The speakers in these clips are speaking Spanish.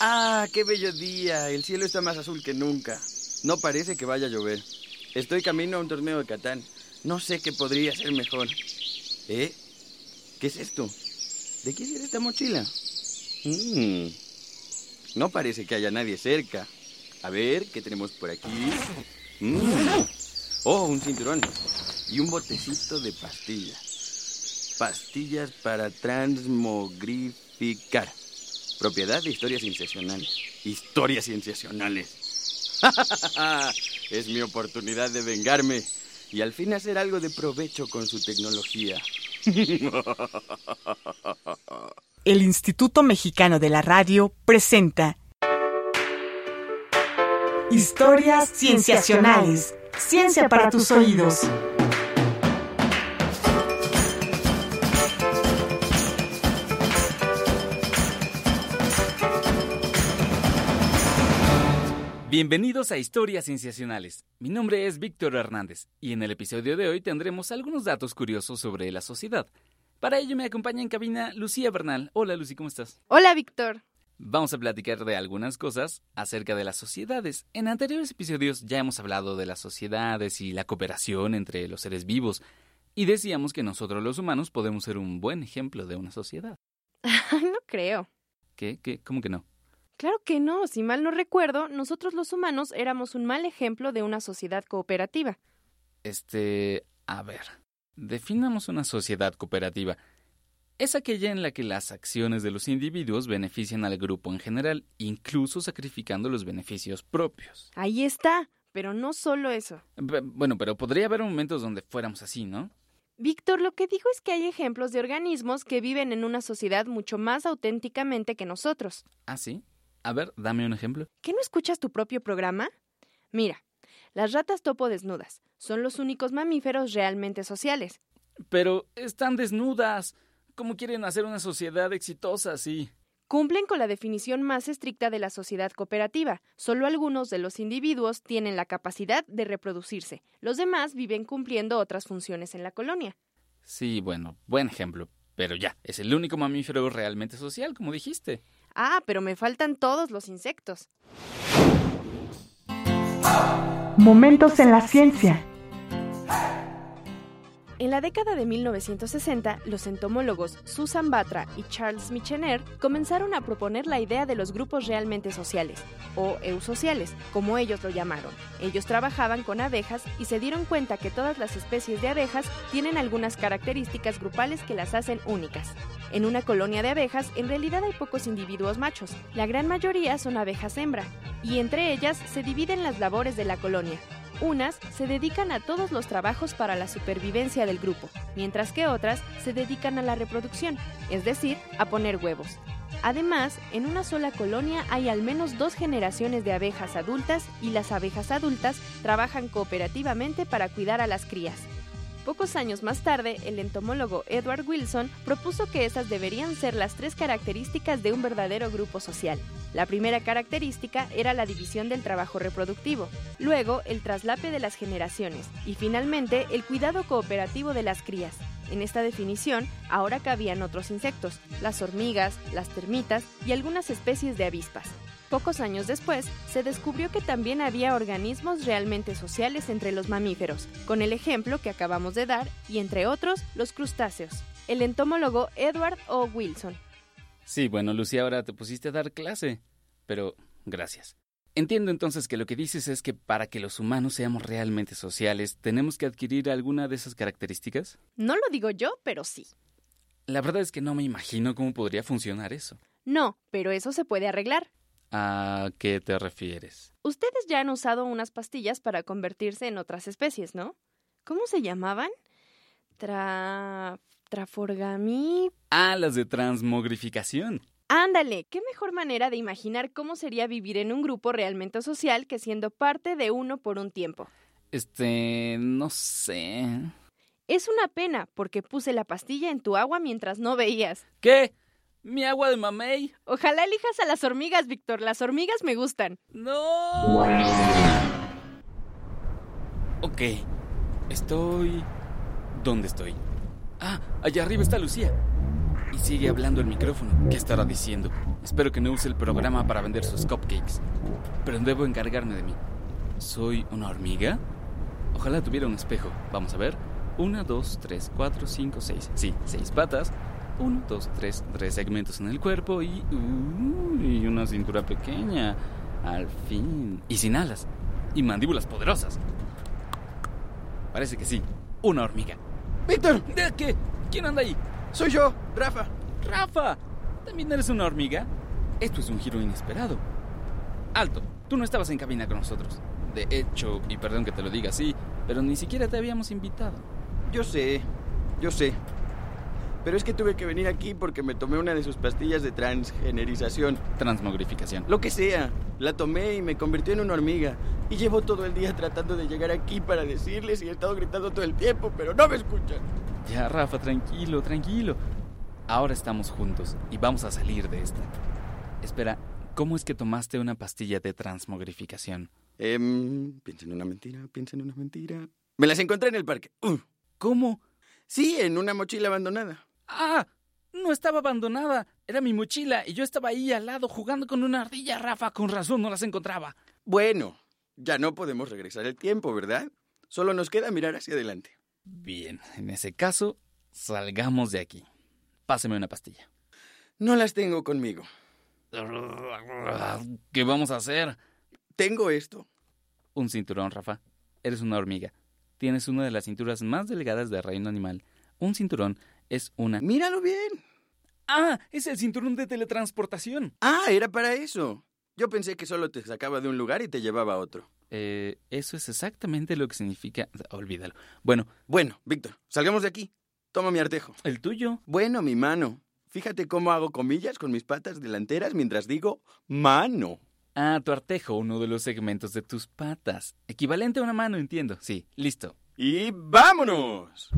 Ah, qué bello día. El cielo está más azul que nunca. No parece que vaya a llover. Estoy camino a un torneo de Catán. No sé qué podría ser mejor. ¿Eh? ¿Qué es esto? ¿De qué será esta mochila? Mm, No parece que haya nadie cerca. A ver, ¿qué tenemos por aquí? Mm, Oh, un cinturón. Y un botecito de pastillas. Pastillas para transmogrificar. Propiedad de historias sensacionales. Historias sensacionales. es mi oportunidad de vengarme y al fin hacer algo de provecho con su tecnología. El Instituto Mexicano de la Radio presenta Historias Cienciacionales. Ciencia para tus oídos. Bienvenidos a Historias Cienciacionales. Mi nombre es Víctor Hernández y en el episodio de hoy tendremos algunos datos curiosos sobre la sociedad. Para ello me acompaña en cabina Lucía Bernal. Hola Lucy, ¿cómo estás? Hola, Víctor. Vamos a platicar de algunas cosas acerca de las sociedades. En anteriores episodios ya hemos hablado de las sociedades y la cooperación entre los seres vivos y decíamos que nosotros los humanos podemos ser un buen ejemplo de una sociedad. no creo. ¿Qué? ¿Qué? ¿Cómo que no? Claro que no, si mal no recuerdo, nosotros los humanos éramos un mal ejemplo de una sociedad cooperativa. Este, a ver, definamos una sociedad cooperativa. Es aquella en la que las acciones de los individuos benefician al grupo en general, incluso sacrificando los beneficios propios. Ahí está, pero no solo eso. B- bueno, pero podría haber momentos donde fuéramos así, ¿no? Víctor, lo que digo es que hay ejemplos de organismos que viven en una sociedad mucho más auténticamente que nosotros. Ah, sí. A ver, dame un ejemplo. ¿Qué no escuchas tu propio programa? Mira, las ratas topo desnudas son los únicos mamíferos realmente sociales. Pero están desnudas. ¿Cómo quieren hacer una sociedad exitosa así? Cumplen con la definición más estricta de la sociedad cooperativa. Solo algunos de los individuos tienen la capacidad de reproducirse. Los demás viven cumpliendo otras funciones en la colonia. Sí, bueno, buen ejemplo. Pero ya, es el único mamífero realmente social, como dijiste. Ah, pero me faltan todos los insectos. Momentos en la ciencia. En la década de 1960, los entomólogos Susan Batra y Charles Michener comenzaron a proponer la idea de los grupos realmente sociales, o eusociales, como ellos lo llamaron. Ellos trabajaban con abejas y se dieron cuenta que todas las especies de abejas tienen algunas características grupales que las hacen únicas. En una colonia de abejas, en realidad hay pocos individuos machos, la gran mayoría son abejas hembra, y entre ellas se dividen las labores de la colonia. Unas se dedican a todos los trabajos para la supervivencia del grupo, mientras que otras se dedican a la reproducción, es decir, a poner huevos. Además, en una sola colonia hay al menos dos generaciones de abejas adultas y las abejas adultas trabajan cooperativamente para cuidar a las crías. Pocos años más tarde, el entomólogo Edward Wilson propuso que esas deberían ser las tres características de un verdadero grupo social. La primera característica era la división del trabajo reproductivo, luego el traslape de las generaciones y finalmente el cuidado cooperativo de las crías. En esta definición ahora cabían otros insectos, las hormigas, las termitas y algunas especies de avispas. Pocos años después, se descubrió que también había organismos realmente sociales entre los mamíferos, con el ejemplo que acabamos de dar, y entre otros, los crustáceos. El entomólogo Edward O. Wilson. Sí, bueno, Lucía, ahora te pusiste a dar clase, pero gracias. Entiendo entonces que lo que dices es que para que los humanos seamos realmente sociales, tenemos que adquirir alguna de esas características. No lo digo yo, pero sí. La verdad es que no me imagino cómo podría funcionar eso. No, pero eso se puede arreglar. ¿A qué te refieres? Ustedes ya han usado unas pastillas para convertirse en otras especies, ¿no? ¿Cómo se llamaban? Tra... Traforgamí. Ah, las de transmogrificación. Ándale, qué mejor manera de imaginar cómo sería vivir en un grupo realmente social que siendo parte de uno por un tiempo. Este, no sé. Es una pena porque puse la pastilla en tu agua mientras no veías. ¿Qué? ¿Mi agua de mamey? Ojalá elijas a las hormigas, Víctor. Las hormigas me gustan. No. Ok. Estoy... ¿Dónde estoy? Ah, allá arriba está Lucía. Y Y sigue hablando el micrófono. ¿Qué estará diciendo? Espero que no use el programa para vender sus cupcakes. Pero debo encargarme de mí. ¿Soy una hormiga? Ojalá tuviera un espejo. Vamos a ver. 1, 2, 3, 4, 5, 6. Sí, 6 patas. 1, 2, 3, 3 segmentos en el cuerpo y... uy, una cintura pequeña. Al fin. Y sin alas. Y mandíbulas poderosas. Parece que sí. Una hormiga. Víctor, ¿De qué? ¿Quién anda ahí? soy yo, Rafa. ¡Rafa! ¿También eres una hormiga? Esto es un giro inesperado. Alto, tú no estabas en cabina con nosotros. De hecho, y perdón que te lo diga así, pero ni siquiera te habíamos invitado. Yo sé, yo sé. Pero es que tuve que venir aquí porque me tomé una de sus pastillas de transgenerización. Transmogrificación. Lo que sea. La tomé y me convirtió en una hormiga. Y llevo todo el día tratando de llegar aquí para decirles y he estado gritando todo el tiempo, pero no me escuchan. Ya, Rafa, tranquilo, tranquilo. Ahora estamos juntos y vamos a salir de esta. Espera, ¿cómo es que tomaste una pastilla de transmogrificación? Em, piensa en una mentira, piensa en una mentira. Me las encontré en el parque. Uf. ¿Cómo? Sí, en una mochila abandonada. ¡Ah! No estaba abandonada. Era mi mochila y yo estaba ahí al lado jugando con una ardilla, Rafa. Con razón no las encontraba. Bueno, ya no podemos regresar el tiempo, ¿verdad? Solo nos queda mirar hacia adelante. Bien, en ese caso, salgamos de aquí. Páseme una pastilla. No las tengo conmigo. ¿Qué vamos a hacer? Tengo esto. Un cinturón, Rafa. Eres una hormiga. Tienes una de las cinturas más delgadas del reino animal. Un cinturón es una... Míralo bien. ¡Ah! Es el cinturón de teletransportación. Ah, era para eso. Yo pensé que solo te sacaba de un lugar y te llevaba a otro. Eh, eso es exactamente lo que significa... Olvídalo. Bueno, Bueno, Víctor, salgamos de aquí. Toma mi artejo. el tuyo. Bueno, mi mano. Fíjate cómo hago comillas con mis patas delanteras mientras digo mano. Ah, tu artejo, uno de los segmentos de tus patas. Equivalente a una mano, entiendo. Sí, listo. Y vámonos.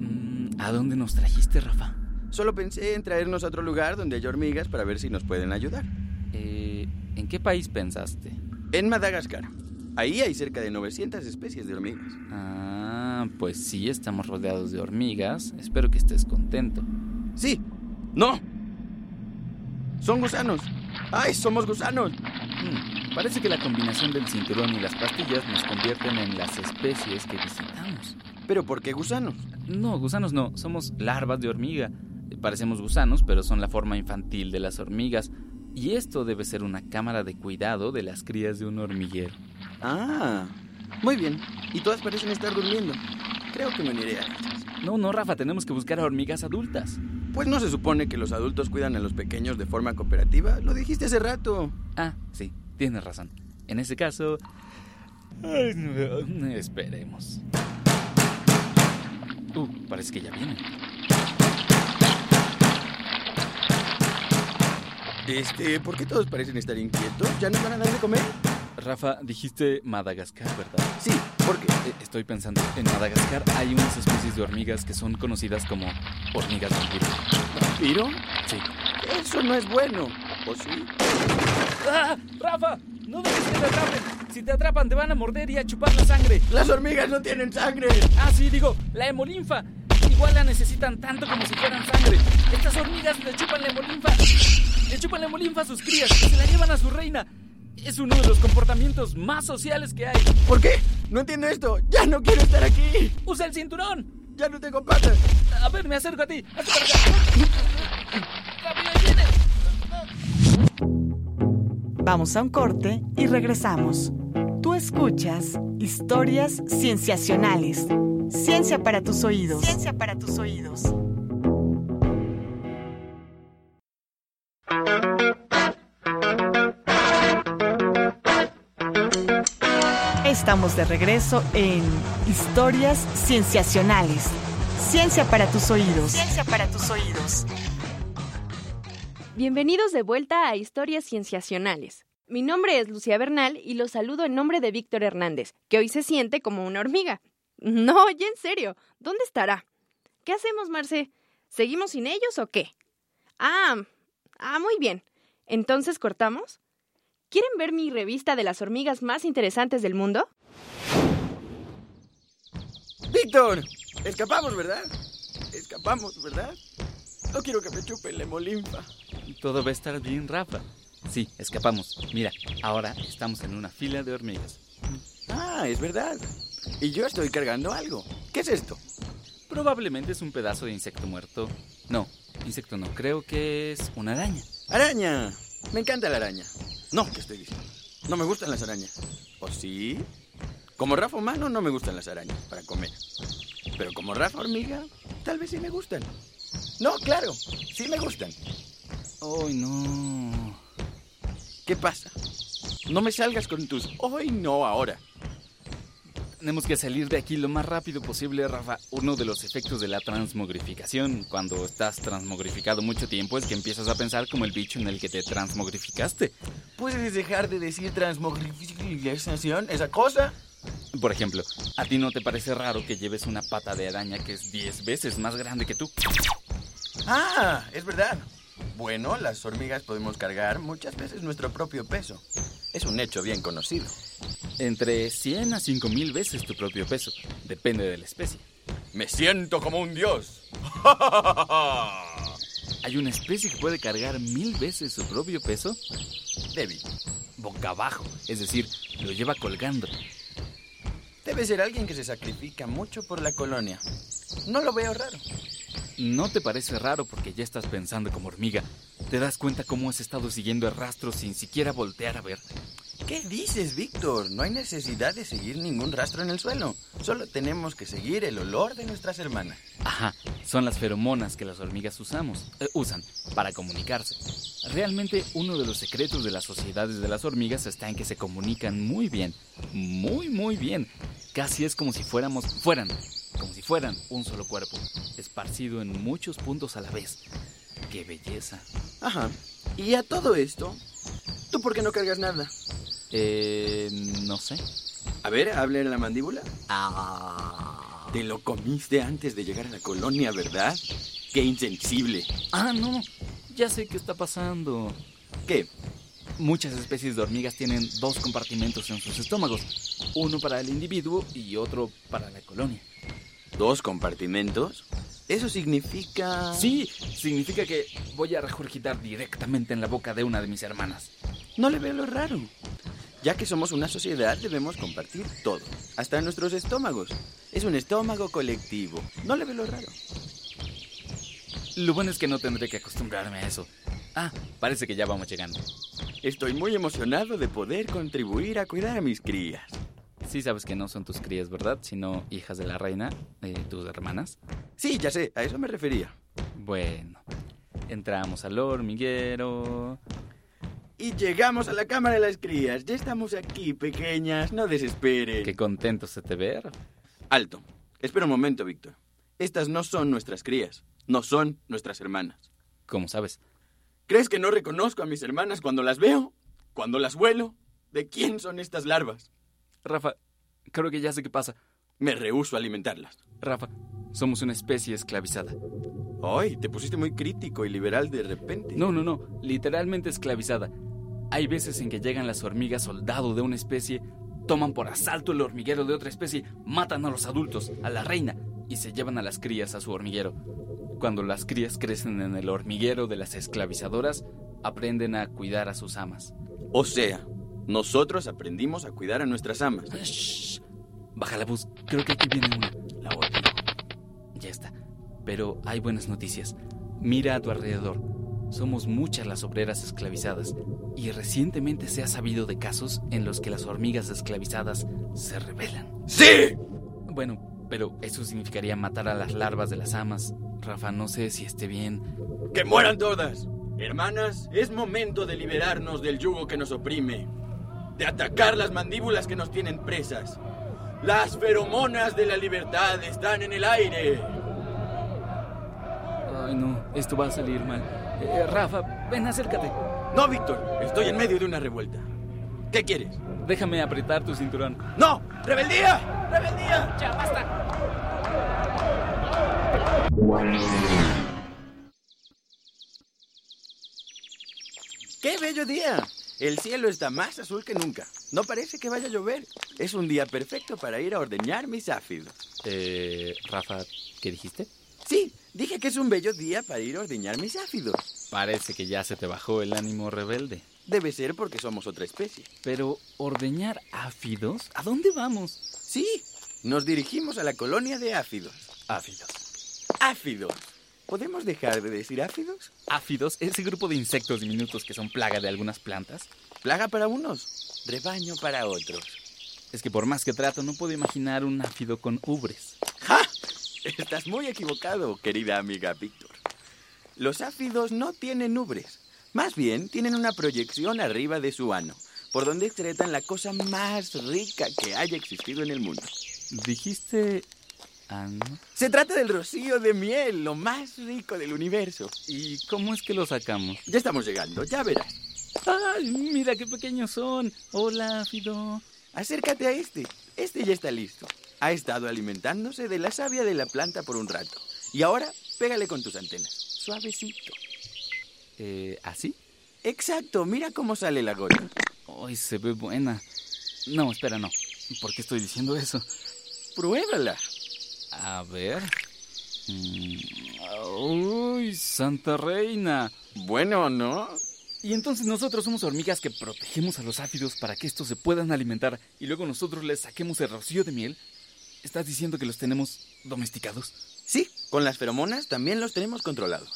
Mm, ¿A dónde nos trajiste, Rafa? Solo pensé en traernos a otro lugar donde hay hormigas para ver si nos pueden ayudar. Eh, ¿En qué país pensaste? En Madagascar. Ahí hay cerca de 900 especies de hormigas. Ah, pues sí, estamos rodeados de hormigas. Espero que estés contento. Sí. No. Son gusanos. ¡Ay, somos gusanos! Mm, Parece que la combinación del cinturón y las pastillas nos convierten en las especies que visitamos. ¿Pero por qué gusanos? No, gusanos no, somos larvas de hormiga. Eh, Parecemos gusanos, pero son la forma infantil de las hormigas. Y esto debe ser una cámara de cuidado de las crías de un hormiguero. Ah, muy bien. Y todas parecen estar durmiendo. Creo que me uniré a ellas. No, no, Rafa, tenemos que buscar a hormigas adultas. Pues no se supone que los adultos cuidan a los pequeños de forma cooperativa. Lo dijiste hace rato. Ah, sí, tienes razón. En ese caso... Ay, no, Esperemos. Uh, parece que ya vienen. Este, ¿por qué todos parecen estar inquietos? ¿Ya nos van a dar de comer? Rafa, dijiste Madagascar, ¿verdad? Sí, porque... Eh, Estoy pensando, en Madagascar hay unas especies de hormigas que son conocidas como hormigas vampiro. ¿Piro? Sí. Eso no es bueno. ¿O sí? ¡Ah! ¡Rafa! ¡No dejes que te atrapen! Si te atrapan te van a morder y a chupar la sangre. ¡Las hormigas no tienen sangre! Ah, sí, digo, la hemolinfa. Igual la necesitan tanto como si fueran sangre. Estas hormigas le chupan la hemolinfa. Le chupan la hemolinfa a sus crías y se la llevan a su reina. Es uno de los comportamientos más sociales que hay. ¿Por qué? No entiendo esto. ¡Ya no quiero estar aquí! ¡Usa el cinturón! ¡Ya no tengo patas! A ver, me acerco a ti. Hazte para acá. Rápido, ahí viene. Vamos a un corte y regresamos. Tú escuchas historias cienciacionales. Ciencia para tus oídos. Ciencia para tus oídos. Estamos de regreso en Historias Cienciacionales. Ciencia para tus oídos. Ciencia para tus oídos. Bienvenidos de vuelta a Historias Cienciacionales. Mi nombre es Lucía Bernal y los saludo en nombre de Víctor Hernández, que hoy se siente como una hormiga. No, ya en serio, ¿dónde estará? ¿Qué hacemos, Marce? ¿Seguimos sin ellos o qué? Ah, ah, muy bien. Entonces cortamos. ¿Quieren ver mi revista de las hormigas más interesantes del mundo? ¡Víctor! Escapamos, ¿verdad? Escapamos, ¿verdad? No quiero que me chupen la hemolinfa. Todo va a estar bien, Rafa. Sí, escapamos. Mira, ahora estamos en una fila de hormigas. Ah, es verdad. Y yo estoy cargando algo. ¿Qué es esto? Probablemente es un pedazo de insecto muerto. No, insecto no, creo que es una araña. ¡Araña! Me encanta la araña. No, ¿qué estoy diciendo? No me gustan las arañas. ¿O sí? Como Rafa humano no me gustan las arañas para comer. Pero como Rafa hormiga, tal vez sí me gustan. No, claro, sí me gustan. ¡Ay, no! ¿Qué pasa? No me salgas con tus hoy no ahora. Tenemos que salir de aquí lo más rápido posible, Rafa. Uno de los efectos de la transmogrificación, cuando estás transmogrificado mucho tiempo, es que empiezas a pensar como el bicho en el que te transmogrificaste. ¿Puedes dejar de decir transmogrificación, esa cosa? Por ejemplo, ¿a ti no te parece raro que lleves una pata de araña que es 10 veces más grande que tú? Ah, es verdad. Bueno, las hormigas podemos cargar muchas veces nuestro propio peso. Es un hecho bien conocido. Entre 100 a 5000 veces tu propio peso. Depende de la especie. Me siento como un dios. ¿Hay una especie que puede cargar mil veces su propio peso? Debbie, Boca abajo, es decir, lo lleva colgando. debe ser alguien que se sacrifica mucho por la colonia. No lo veo raro. No te parece raro porque ya estás pensando como hormiga. Te das cuenta cómo has estado siguiendo el rastro sin siquiera voltear a ver. ¿Qué dices, Víctor? No hay necesidad de seguir ningún rastro en el suelo. Solo tenemos que seguir el olor de nuestras hermanas. Ajá, son las feromonas que las hormigas usamos, eh, usan para comunicarse. Realmente uno de los secretos de las sociedades de las hormigas está en que se comunican muy bien, muy muy bien. Casi es como si fuéramos, fueran, como si fueran un solo cuerpo, esparcido en muchos puntos a la vez. ¡Qué belleza! Ajá. Y a todo esto, ¿tú por qué no cargas nada? Eh, no sé. A ver, hable en la mandíbula. Ah, Te lo comiste antes de llegar a la colonia, ¿verdad? ¡Qué insensible! ah no, ya sé qué está pasando. ¿Qué? Muchas especies de hormigas tienen dos compartimentos en sus estómagos, uno para el individuo y otro para la colonia. ¿Dos compartimentos? Eso significa... Sí, significa que voy a regurgitar directamente en la boca de una de mis hermanas. No le veo lo raro. Ya que somos una sociedad, debemos compartir todo, hasta nuestros estómagos. Es un estómago colectivo. No le veo lo raro. Lo bueno es que no tendré que acostumbrarme a eso. Ah, parece que ya vamos llegando. Estoy muy emocionado de poder contribuir a cuidar a mis crías. Sí sabes que no son tus crías, ¿verdad? Sino hijas de la reina, eh, tus hermanas. Sí, ya sé, a eso me refería. Bueno, entramos al hormiguero. Y llegamos a la cámara de las crías. Ya estamos aquí, pequeñas. No desesperen. Qué contento se te ver. Alto. Espera un momento, Víctor. Estas no son nuestras crías. No son nuestras hermanas. Como sabes, ¿Crees que no reconozco a mis hermanas cuando las veo? ¿Cuando las huelo? ¿De quién son estas larvas? Rafa, creo que ya sé qué pasa. Me rehúso a alimentarlas. Rafa, somos una especie esclavizada. Ay, te pusiste muy crítico y liberal de repente. No, no, no, literalmente esclavizada. Hay veces en que llegan las hormigas soldado de una especie, toman por asalto el hormiguero de otra especie, matan a los adultos, a la reina, y se llevan a las crías a su hormiguero. Cuando las crías crecen en el hormiguero de las esclavizadoras, aprenden a cuidar a sus amas. O sea, nosotros aprendimos a cuidar a nuestras amas. Shh. Baja la voz, creo que aquí viene una. La otra. Ya está. Pero hay buenas noticias. Mira a tu alrededor. Somos muchas las obreras esclavizadas y recientemente se ha sabido de casos en los que las hormigas esclavizadas se rebelan. ¡Sí! Bueno, pero eso significaría matar a las larvas de las amas. Rafa, no sé si esté bien. ¡Que mueran todas! Hermanas, es momento de liberarnos del yugo que nos oprime, de atacar las mandíbulas que nos tienen presas. Las feromonas de la libertad están en el aire. Ay, no, esto va a salir mal. Eh, Rafa, ven, acércate. No, Víctor, estoy en medio de una revuelta. ¿Qué quieres? Déjame apretar tu cinturón. ¡No! ¡Rebeldía! ¡Rebeldía! Ya basta. ¡Qué bello día! El cielo está más azul que nunca. No parece que vaya a llover. Es un día perfecto para ir a ordeñar mi sáfido. Eh, Rafa, ¿qué dijiste? Sí, dije que es un bello día para ir a ordeñar mi sáfido. Parece que ya se te bajó el ánimo rebelde. Debe ser porque somos otra especie. Pero, ¿ordeñar áfidos? ¿A dónde vamos? Sí, nos dirigimos a la colonia de áfidos. Áfidos. Áfidos. ¿Podemos dejar de decir áfidos? Áfidos, ese grupo de insectos diminutos que son plaga de algunas plantas. Plaga para unos, rebaño para otros. Es que por más que trato, no puedo imaginar un áfido con ubres. ¡Ja! Estás muy equivocado, querida amiga Víctor. Los áfidos no tienen ubres. Más bien, tienen una proyección arriba de su ano, por donde excretan la cosa más rica que haya existido en el mundo. Dijiste. ah, ano? Se trata del rocío de miel, lo más rico del universo. ¿Y cómo es que lo sacamos? Ya estamos llegando, ya verás. ¡Ay, mira qué pequeños son! ¡Hola, áfido! Acércate a este. Este ya está listo. Ha estado alimentándose de la savia de la planta por un rato. Y ahora, pégale con tus antenas. Suavecito. Eh, ¿Así? Exacto, mira cómo sale la gota. ¡Ay, se ve buena! No, espera, no. ¿Por qué estoy diciendo eso? Pruébala. A ver. Mm, ¡Uy, Santa Reina! Bueno, ¿no? Y entonces nosotros somos hormigas que protegemos a los áfidos para que estos se puedan alimentar y luego nosotros les saquemos el rocío de miel. ¿Estás diciendo que los tenemos domesticados? Sí, con las feromonas también los tenemos controlados.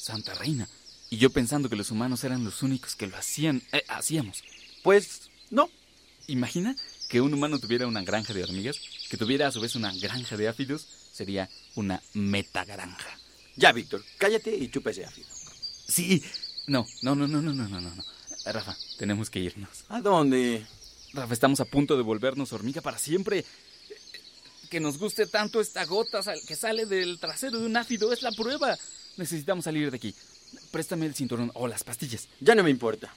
Santa Reina. Y yo pensando que los humanos eran los únicos que lo hacían, eh, hacíamos. Pues no. Imagina que un humano tuviera una granja de hormigas, que tuviera a su vez una granja de áfidos, sería una metagranja. Ya, Víctor, cállate y chupa ese ácido. Sí, no, no, no, no, no, no, no, no. no. Rafa, tenemos que irnos. ¿A dónde? Rafa, estamos a punto de volvernos hormiga para siempre. Que nos guste tanto esta gota sal- que sale del trasero de un áfido es la prueba. Necesitamos salir de aquí. Préstame el cinturón o las pastillas. Ya no me importa.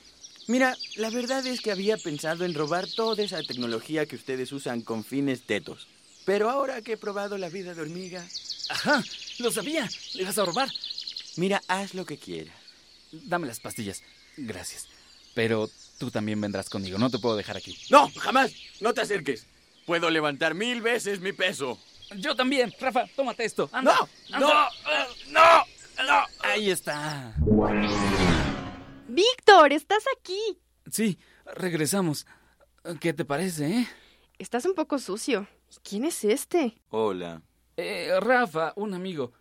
Mira, la verdad es que había pensado en robar toda esa tecnología que ustedes usan con fines tetos. Pero ahora que he probado la vida de hormiga, Ajá, lo sabía. Le vas a robar. mira, haz lo que quieras. Dame las pastillas. Gracias. Pero tú también vendrás conmigo. No te puedo dejar aquí. No, jamás. No te acerques. Puedo levantar mil veces mi peso. Yo también. Rafa, tómate esto. ¡No! ¡No! ¡No! ¡No! Ahí está. Víctor, estás aquí. Sí, regresamos. ¿Qué te parece, eh? Estás un poco sucio. ¿Y quién es este? Hola. Eh, Rafa, un amigo.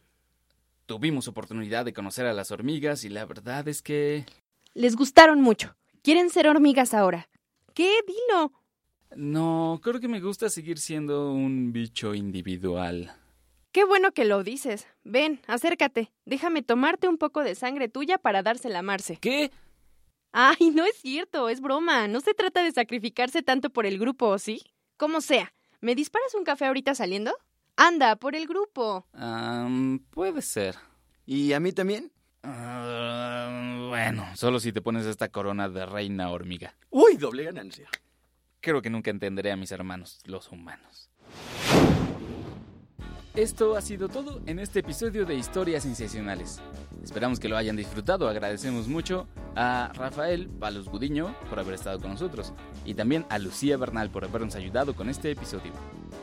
Tuvimos oportunidad de conocer a las hormigas y la verdad es que... Les gustaron mucho. Quieren ser hormigas ahora. ¿Qué? Dilo. No, creo que me gusta seguir siendo un bicho individual. Qué bueno que lo dices. Ven, acércate. Déjame tomarte un poco de sangre tuya para dársela a Marce. ¿Qué? Ay, no es cierto, es broma. No se trata de sacrificarse tanto por el grupo, ¿o sí? Como sea. ¿Me disparas un café ahorita saliendo? Anda, por el grupo. Am, puede ser. ¿Y a mí también? Ah, bueno, solo si te pones esta corona de reina hormiga. Uy, doble ganancia. Creo que nunca entenderé a mis hermanos, los humanos. Esto ha sido todo en este episodio de Historias Sensacionales. Esperamos que lo hayan disfrutado. Agradecemos mucho a Rafael Palos Gudiño por haber estado con nosotros y también a Lucía Bernal por habernos ayudado con este episodio.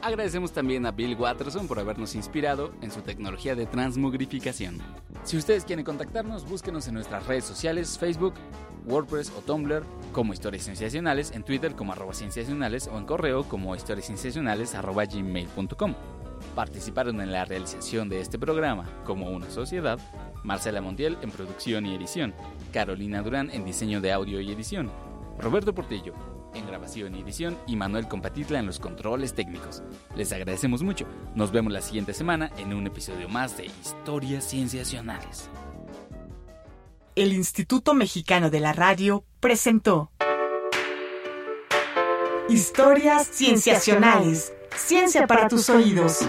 Agradecemos también a Bill Watterson por habernos inspirado en su tecnología de transmogrificación. Si ustedes quieren contactarnos, búsquenos en nuestras redes sociales, Facebook, WordPress o Tumblr como Historias Sensacionales, en Twitter como arroba sensacionales o en correo como historiassensacionales arroba gmail.com. Participaron en la realización de este programa como una sociedad Marcela Montiel en producción y edición, Carolina Durán en diseño de audio y edición, Roberto Portillo en grabación y edición y Manuel Compatitla en los controles técnicos. Les agradecemos mucho. Nos vemos la siguiente semana en un episodio más de Historias Cienciacionales. El Instituto Mexicano de la Radio presentó Historias Cienciacionales. Ciencia para tus oídos.